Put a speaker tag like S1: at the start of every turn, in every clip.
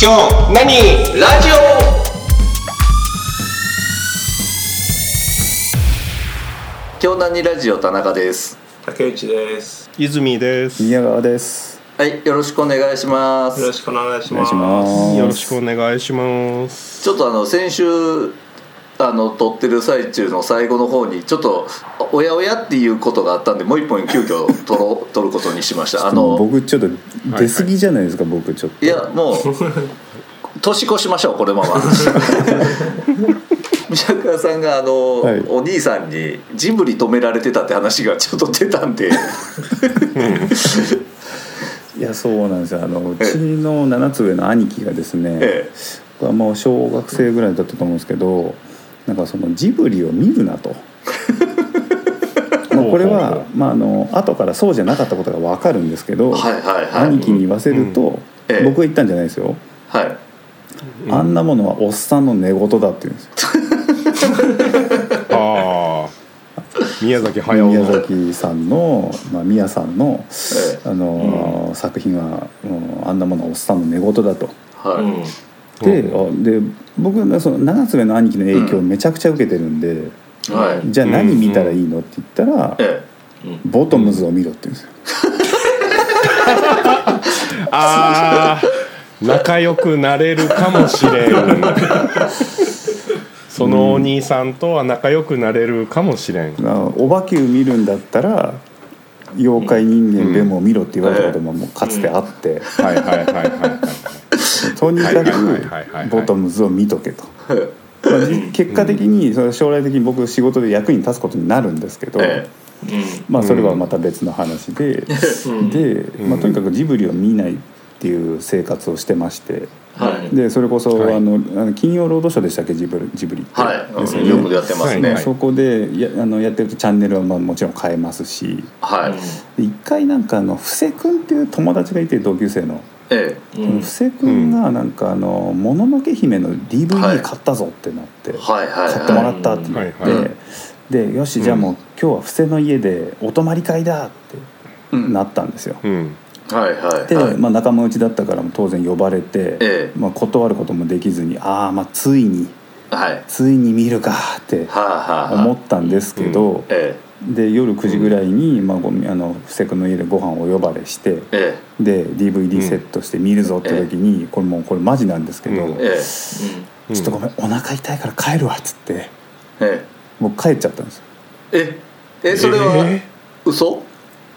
S1: 今日何ラジオ
S2: 京南にラジオ田中です
S1: 竹内です
S3: 泉ですよ
S4: 宮川です。
S2: はいよろしくお願いしま
S1: よろ
S2: す
S1: しくお願いし
S4: お
S1: ま
S4: 願い
S1: す
S4: します。
S3: ろしくお願いします
S2: ちょっとあの先週あの撮ってる最中の最後の方にちょっとおやおやっていうことがあったんでもう一本急遽撮ろう撮ることにしましたあの
S4: 僕ちょっと出過ぎじゃないですか、僕ちょっと
S2: いやもう年越しましょうこのまま宮川さんがあの、
S4: はい
S2: お兄さんにジブリ止められてたって話がちょっと出たんで
S4: いやそうなんですよあのうちの7つ上の兄貴がですね、
S2: ええ
S4: 僕はもう小学生ぐらいだったと思うんですけどなんかそのジブリを見る なとまあこれ
S3: ほうほうほ
S4: は、まあ、あの後からそうじゃなかったことが分かるんですけど、
S2: はいはいは
S4: 兄
S2: い
S4: 貴に言わせると、
S2: ええ
S4: 僕が言ったんじゃないですよ、
S2: はい
S4: あんなものはおっさんの寝言だって言うんですよ
S3: ああ宮崎駿
S4: 宮
S3: の
S4: 崎さんの、まあ、宮さんの
S2: え
S4: あのー作品は、うんあんなものはおっさんの寝言だと。
S2: えはい、
S1: うん
S4: で,、
S3: う
S4: で僕がその7つ目の兄貴の影響を
S2: うん
S4: めちゃくちゃ受けてるんで、
S2: はい
S4: じゃあ何見たらいいのって言ったら、
S2: え
S4: ボトムズを見ろって言うんですよ。
S3: ああ仲良くなれるかもしれ んそのお兄さんとは仲良くなれるかもしれん
S4: だからお化けを見るんだったら妖怪人間ベムを見ろって言われたことももうかつてあって、
S3: はいはいはいはいはい
S4: とにか
S3: はいはいはいはいはい
S4: くボトムズを見とけと。
S2: えはい
S4: まあじ結果的にそれ将来的に僕仕事で役に立つことになるんですけど、
S2: ええ
S4: まあ、それはまた別の話 で、で、まあ、とにかくジブリを見ないっていう生活をしてまして
S2: はい
S4: でそれこそ、
S3: はい
S4: あのあの金曜ロードショーでしたっけジブリジブリって、
S2: はい、
S4: ですよ
S2: よ
S4: ね
S2: くやってますね。
S3: はい
S4: そこでやあのやってるとチャンネルはまあもちろん変えますし
S2: はい、
S4: で一回なんかあの布施君っていう友達がいて同級生の。
S2: え
S1: う
S4: その
S1: ん
S4: 布施君がなんかあの「もののけ姫」の
S2: はい
S4: DVD 買ったぞってなって、
S2: え、はいはい
S4: 買ってもら
S2: は
S4: ったって
S3: は
S4: 言
S3: い
S4: っ
S3: はい
S2: は
S4: てでよしじゃあもう今日は布施の家でお泊まり会だっ
S2: い、う
S4: て
S2: ん、
S4: な
S2: はい
S4: ったんですよ。
S3: うん
S2: はいはい、
S4: で、まあ、仲間内だったからも当然呼ばれて、
S2: ええ
S4: まあ、断ることもできずにああまあついに
S2: はい、はい
S4: ついに見るかって
S2: はあ、はあ、
S4: 思ったんですけど、
S2: え
S4: で夜9時ぐらいに、まあ、ごあの布施君の家でご飯を呼ばれして
S2: え、え
S4: で DVD セットして見るぞって時に、これもうこれマジなんですけど、
S3: うん
S2: え、え
S3: うん
S4: ちょっとごめんお腹痛いから帰るわっつって
S2: え、え
S4: もう帰っちゃったんですよ。
S2: え、ええ、それは
S3: え
S2: 嘘？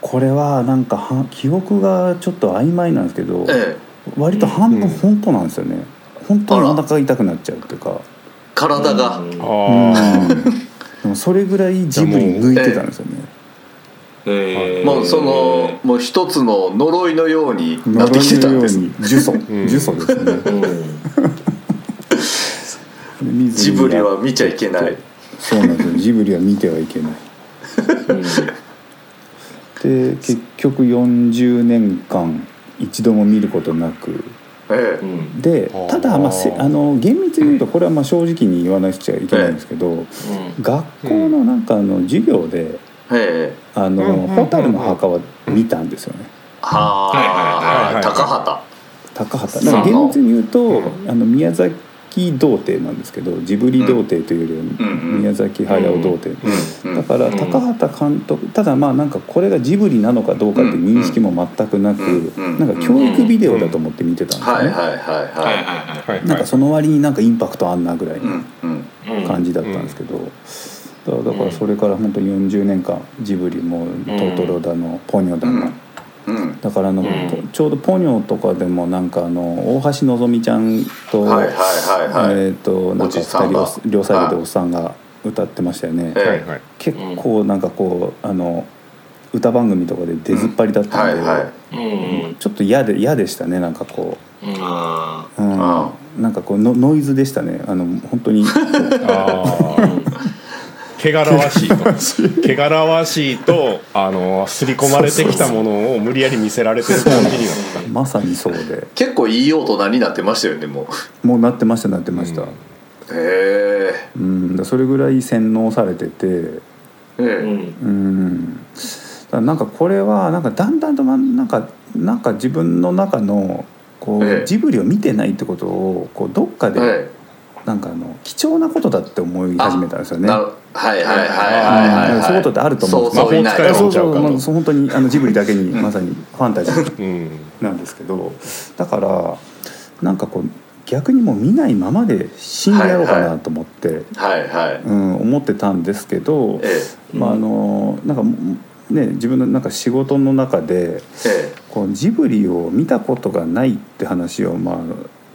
S4: これはなんかは記憶がちょっと曖昧なんですけど、
S2: ええ、
S4: 割と半
S3: う
S4: 分
S3: ん
S4: 本当なんですよね、本当に
S2: あ
S4: お
S2: ら
S4: 腹痛くなっちゃうっていうか
S2: 体が、
S3: ああ
S4: うんでもそれぐらいジブリ抜いてたんですよね
S1: えー
S2: もうそのもう一つの呪いのようになってきてたんです。
S4: 呪いのように呪詛
S3: ん
S4: 呪詛ですね
S1: うん
S4: 見ず
S2: ジ
S4: に
S2: ブリは見ちゃいけない。
S4: そうなんですよジブリは見てはいけないで結局40年間一度も見ることなく
S2: え
S1: う
S2: え、
S1: ん
S4: で
S3: あー
S4: ただまあせあの厳密に言うとこれはまあ正直に言わなくちゃいけないんですけど、学校のなんかあの授業で
S2: ええ、
S4: 「あ
S3: うんうんう
S4: の
S3: んうん
S4: 蛍の墓」は見たんですよね
S2: は
S1: はいはいはい
S2: あ、
S3: はい
S2: 高畑、
S4: 高畑
S1: そう
S4: なんか厳密に言うと、
S1: う
S4: あの宮崎童貞なんですけどジブリ童貞というよりは、
S2: うんうん
S4: 宮崎駿童貞、
S2: うん
S4: だから
S1: うん
S4: 高畑監督ただまあなんかこれがジブリなのかどうかって認識も全くなく、
S2: うんうん
S4: なんか教育ビデオだと思って見てたんですよ
S2: は
S4: ね、
S2: いはいは
S1: は
S2: い
S1: い
S2: は
S1: は
S3: はい
S4: なん
S3: は
S4: か
S3: い
S4: その割になんかインパクトあんなぐらい
S2: い、う
S4: の
S2: んうん、
S1: いはい
S4: 感じだったんですけど、だだからそれから本当40年間ジブリも「トトロ」だの「ポニョ」だの、
S2: うん、
S4: だからあの、
S1: ん
S4: とちょうどポニョとかでもなんかあの大橋のぞみちゃんと、
S2: はいはいはいはい
S4: えっ、とな
S2: お
S4: んか
S2: じさんが
S4: 2人を両サイド
S2: はい
S4: でおっさんが歌ってましたよね、
S2: え
S3: はいはい
S4: 結構なんかこうあの歌番組とかで出ずっぱりだった
S2: は
S4: ん
S2: い
S4: で、
S2: はい。
S1: うん
S4: ちょっと嫌で嫌でしたねなんかこ
S1: あ
S4: う、うん
S2: あ
S4: なんかこうノノイズでしたねあの本当に
S3: ああ汚らわしいと汚らわしいとあの刷り込まれてきたものを無理やり見せられてる感じになった
S4: まさにそうで
S2: 結構いい大人になってましたよねも
S4: もうなってましたなってました、
S3: うん
S2: う へえ
S4: うん、だそれぐらい洗脳されてて
S2: え
S1: ー
S2: え
S1: ん
S4: うんだからなんかこれはなんかだんだんとまなんかなんか自分の中のこう、
S2: ええ
S4: ジブリを見てないってことをこうどっかで、
S2: はい
S4: なんかあの貴重なことだって思い始めたんですよね。
S2: なるはいはいはいはいはい、はい、
S4: そういうことってあると思うんです
S2: そうそういな
S3: 魔法使い
S4: あ
S2: い
S4: そう
S3: ちゃ
S4: そうう、
S3: かと
S4: まあ、そう本当にあのジブリだけにまさにファンタジー
S3: うん
S4: なんですけどだからなんかこう逆にもう見ないままで死んでやろうかなと思って、
S2: はいはい
S4: うん、思ってたんですけど、
S2: え
S4: まああのなんかね自分のなんか仕事の中で
S2: えええ
S4: こうジブリを見たことがないって話を、まあ、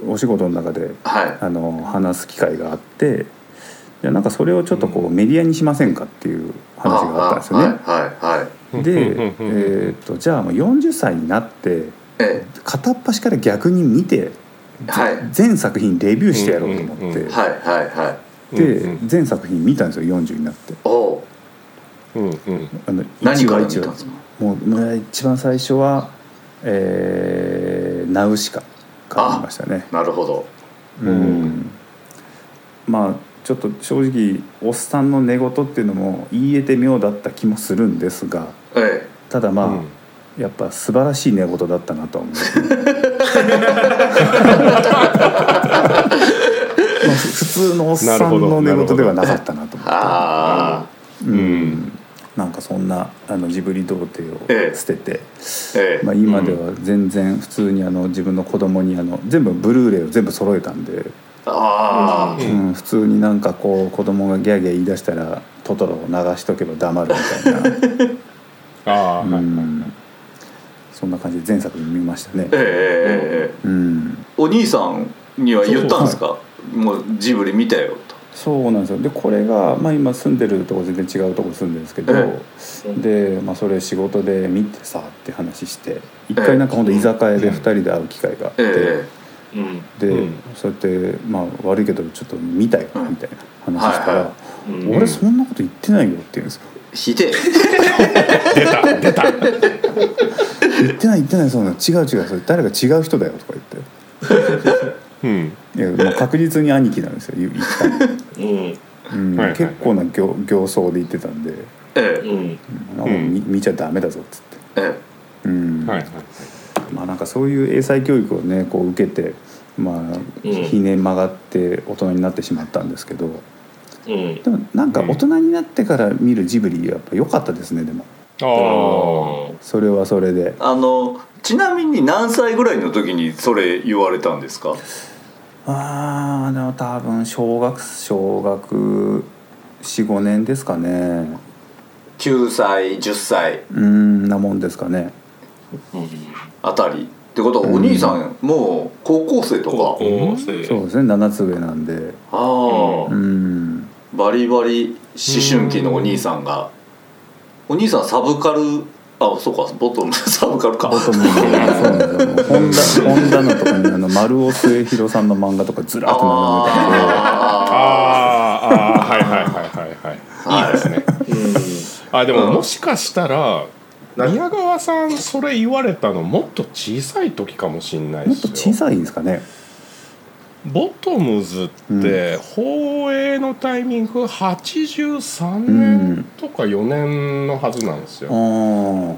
S4: お仕事の中で
S2: はい
S4: あの話す機会があってじゃあなんかそれをちょっとこうメディアにしませんかっていう話があったんですよね。
S2: はいはいはい
S4: で、
S3: うんうんうん
S4: えーっとじゃあもう40歳になって
S2: え
S4: 片っ端から逆に見て
S2: えはい
S4: 全作品レビューしてやろうと思って、
S3: うんうんうん
S2: はいはいはい
S3: うんうん
S4: で全作品見たんですよ40になって。
S2: おう
S3: うんうん
S4: あの
S2: 何
S4: 一
S2: から
S4: 話
S2: 見た
S4: 一
S2: ん
S4: 話
S2: ですか
S4: もうまあ一番最初は、えーナウシカから見ましたね。
S2: なるほど
S3: うん
S4: まあちょっと正直おっさんの寝言っていうのも言えて妙だった気もするんですが
S2: え
S4: ただまあ、
S3: うん
S4: やっぱ素晴らしい寝言だったな とは思うまあふ普通のおっさんの寝言ではなかったな
S2: え
S4: と思って
S2: ああ
S4: うん、なんかそんなあのジブリ童貞
S2: ええ
S4: を捨てて、
S2: ええ
S4: まあ、今では全然普通にあの自分の子供にあの全部ブルーレイを全部揃えたんで、
S2: あ
S3: う
S2: あ
S3: ん
S4: うん、普通になんかこう子供がギャーギャー言い出したら「トトロ」を流しとけば黙るみたい
S3: ああ、
S4: な、
S3: は
S4: う
S3: い
S4: ん、そんな感じで前作見ましたね
S2: えええ。えええ
S4: うん
S2: お兄さんには言ったんですかもうジブリ見たよと
S4: そうなんですよでこれが、まあ、今住んでるとこ全然違うとこ住んでるんですけど、
S2: え
S4: で、まあ、それ仕事で見てさって話して一回なんか本当居酒屋で2人で会う機会があって、
S2: え
S1: うん
S4: で、
S3: うん
S4: そうやって、まあ、悪いけどちょっと見たよ
S2: うん
S4: みたいな話したら
S2: は
S4: 「
S2: いは
S1: うん
S4: 俺そんなこと言ってないよ」って言うんですよ
S2: えひでえ
S3: 出た出た
S4: 「言ってない言ってないそんなの違う違うそれ誰か違う人だよ」とか言って。
S3: うん
S4: いやまあ確実に兄貴なんですよ言ったの、
S1: うん
S4: うん
S3: はいはいはい
S4: 結構な行行走で言ってたんで
S2: ええ
S1: うん
S4: 「なんか見見ちゃダメだぞ」っつって、
S2: え
S4: うん
S3: はいはい
S4: まあなんかそういう英才教育をねこう受けて、まあ、ひね曲がって大人になってしまったんですけど
S1: うん
S4: でもなんか大人になってから見るジブリやっぱ良かったですねでも
S3: あ
S1: あ
S3: あ
S4: それはそれで
S2: あのちなみに何歳ぐらいの時にそれ言われたんですか
S4: ああでも多分小学小学45年ですかね
S2: 9歳10歳
S4: うんなもんですかね
S2: あたりってことはお兄さん、もう高校生と
S1: 高
S2: か
S1: 校生
S4: そうですね7つ上なんで
S2: ああ、
S4: うん
S2: バリバリ思春期のお兄さんがお兄さんサブカルあそうかボトム サブカルか
S4: ボトムそう なんですよホンダホンダのとこにあの丸尾末広さんの漫画とかずらっと並べてて
S2: あ
S3: あーあーはいはいはいはいはいいいですねあでももしかしたら宮川さんそれ言われたのもっと小さい時かもしんない
S4: も
S3: で
S4: っと
S3: す
S4: 小
S3: よ
S4: さいんですかね
S3: ボトムズって放映のタイミング83年とか4年のはずなんですよ
S4: あー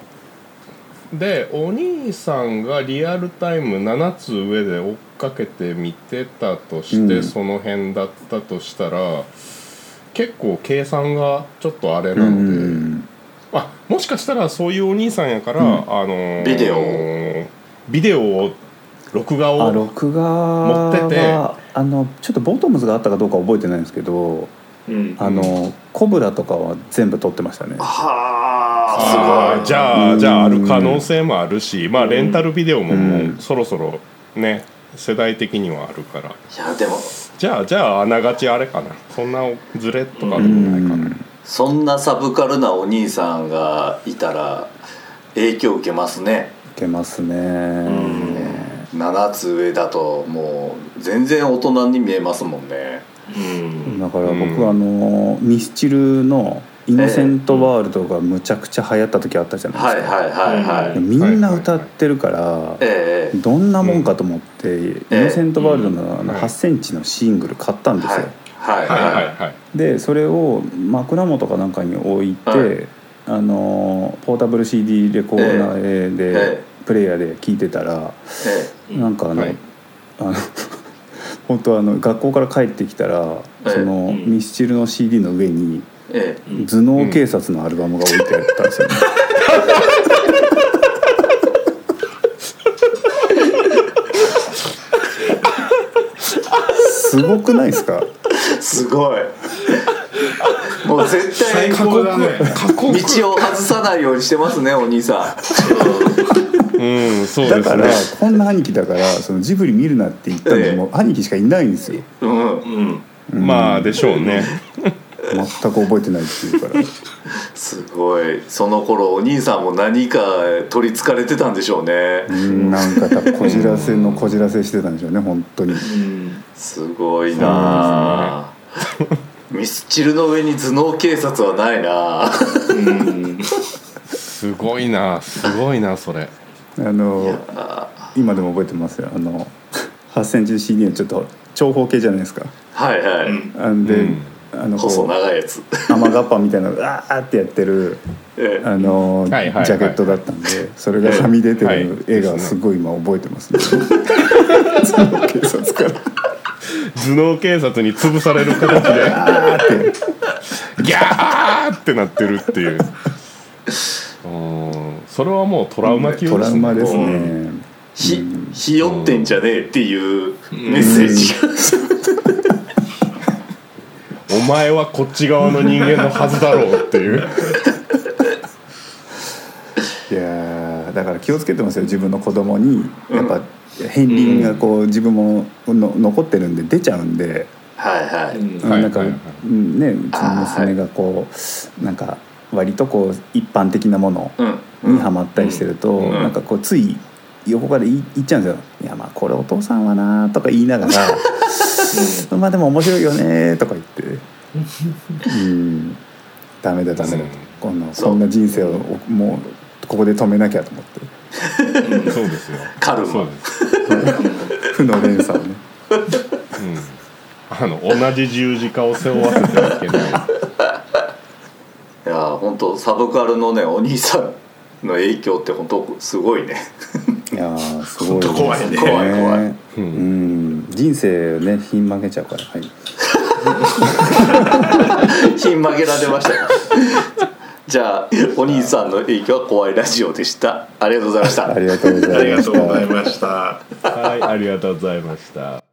S3: でお兄さんがリアルタイム7つ上で追っかけて見てたとして、
S4: うん
S3: その辺だったとしたら結構計算がちょっとあれなので、あもしかしたらそういうお兄さんやから、
S4: うん
S3: あのー
S2: ビデオ
S3: ビデオを録画
S4: あ
S3: を
S4: 録画は
S3: 持ってて
S4: あのちょっとボトムズがあったかどうか覚えてないんですけど
S1: うん
S4: あのコブラとかは全部撮ってましたね
S2: あはあす
S3: あー
S2: ごい
S3: じゃ
S4: う
S3: あ
S4: ん
S3: じゃあある可能性もあるし、まあ、レンタルビデオも
S4: う
S3: も
S4: ん
S3: うそろそろね世代的にはあるから
S2: いやでも
S3: じゃあじゃああながちあれかなそんなズレとかでもないかな、
S2: そんなサブカルなお兄さんがいたら影響受けますね
S4: いけますね
S2: 7つ上だともう全然大人に見えますもんね
S1: うん
S4: だから僕、
S3: うん
S4: あのミスチルの「イノセントワールド」がむちゃくちゃ流行った時あったじゃないです
S2: は
S4: か
S2: い、はいはいはい、
S1: うん
S4: みんな歌ってるから
S2: ええ
S4: どんなもんかと思って「イノセントワールドの」あの
S3: はい
S4: 8センチのシングル買ったんですよ、
S2: はい
S3: はい
S2: は
S3: はいい
S2: はい
S3: はい
S4: でそれを枕元かなんかに置いて、
S2: はい
S4: あのポータブル CD レコーダーで、
S2: ええ
S4: プレイヤーで聞いてたら
S2: え
S4: なんかあの,、
S3: はい
S4: あの 本当はあの学校から帰ってきたら
S2: え
S4: その
S1: うん
S4: ミスチルの CD の上に
S2: えええ
S4: 頭脳警察のアルバムが置いてあったんですよね。すごくないですか。
S2: すご いもう絶対
S3: 最
S2: 道
S3: 高だね過酷
S2: を外さないようにしてますねお兄さ
S3: うんそう
S4: だ
S3: で
S4: か
S3: す
S4: ら
S3: ね
S4: こんな兄貴だからそのジブリ見るなって言ったのも兄貴しかいないんですよ。
S2: んうん
S1: うん
S3: まあでしょうね
S4: 全く覚えてないっていう から。
S2: すごいその頃お兄さんも何か取りつかれてたんでしょうね
S4: うんなんか多分こじらせのこじらせしてたんでしょうね本当に。
S1: うん
S2: すごいなあ、ミスチルの上に頭脳警察はないなあ
S1: うん
S3: すごいなすごいなそれ
S4: あの今でも覚えてますよあの8センチ CD のちょっと長方形じゃないですか
S2: はいはい、
S1: うん
S4: あんで、
S3: うん
S4: あのこ
S2: 細
S4: う
S2: 長いやつ
S4: 雨がっぱみたいなのわーってやってる
S2: ええ
S4: あの、
S3: んはいはいはい
S4: ジャケットだったんでそれがはみ出て
S3: はい
S4: る映画はすごい今覚えてますね その警察から
S3: 頭脳警察に潰される形で
S4: あーって
S3: ギャーってなってるっていううんそれはもうトラウマ級
S4: トラウマですね、
S2: ひひよってんじゃねえっていうメッセージが、
S3: お前はこっち側の人間のはずだろうっていう
S4: いやーだから気をつけてますよ自分の子供にやっぱ片鱗がこう自分もの残ってるんで出ちゃうんで。
S2: はいは
S1: う
S2: い、
S1: ん
S3: はい
S4: なんか、
S3: はいは
S4: うんねうちの娘がこうなんか割とこう一般的なもの
S2: うん
S4: にはまったりしてると、
S2: ん
S4: なんかこうつい横から言い言っちゃうんですよ「いやまあこれお父さんはな」とか言 いながら「まあでも面白いよね」とか言 って「うんダメだダメだ」
S3: う
S4: と
S3: ん
S4: こんな
S2: そう
S4: そんな人生をもうここで止めなきゃと思って
S3: うんそうですよ
S2: カルマ
S3: そうです、
S4: 負の連鎖を ね。
S3: うん、あの同じ十字架を背負わせてはいけない
S2: いやあ本当サブカルのねお兄さんの影響って本当すごい ね
S4: いやーすごいですね
S1: 怖いね
S2: 怖い怖い
S4: うんん人生ねひん曲げちゃうからはい
S2: ひん曲げられました よじゃあお兄さんの影響は怖いラジオでしたありがとうございました
S4: ありがとうございました
S1: ありがとうございました。
S3: はいありがとうございました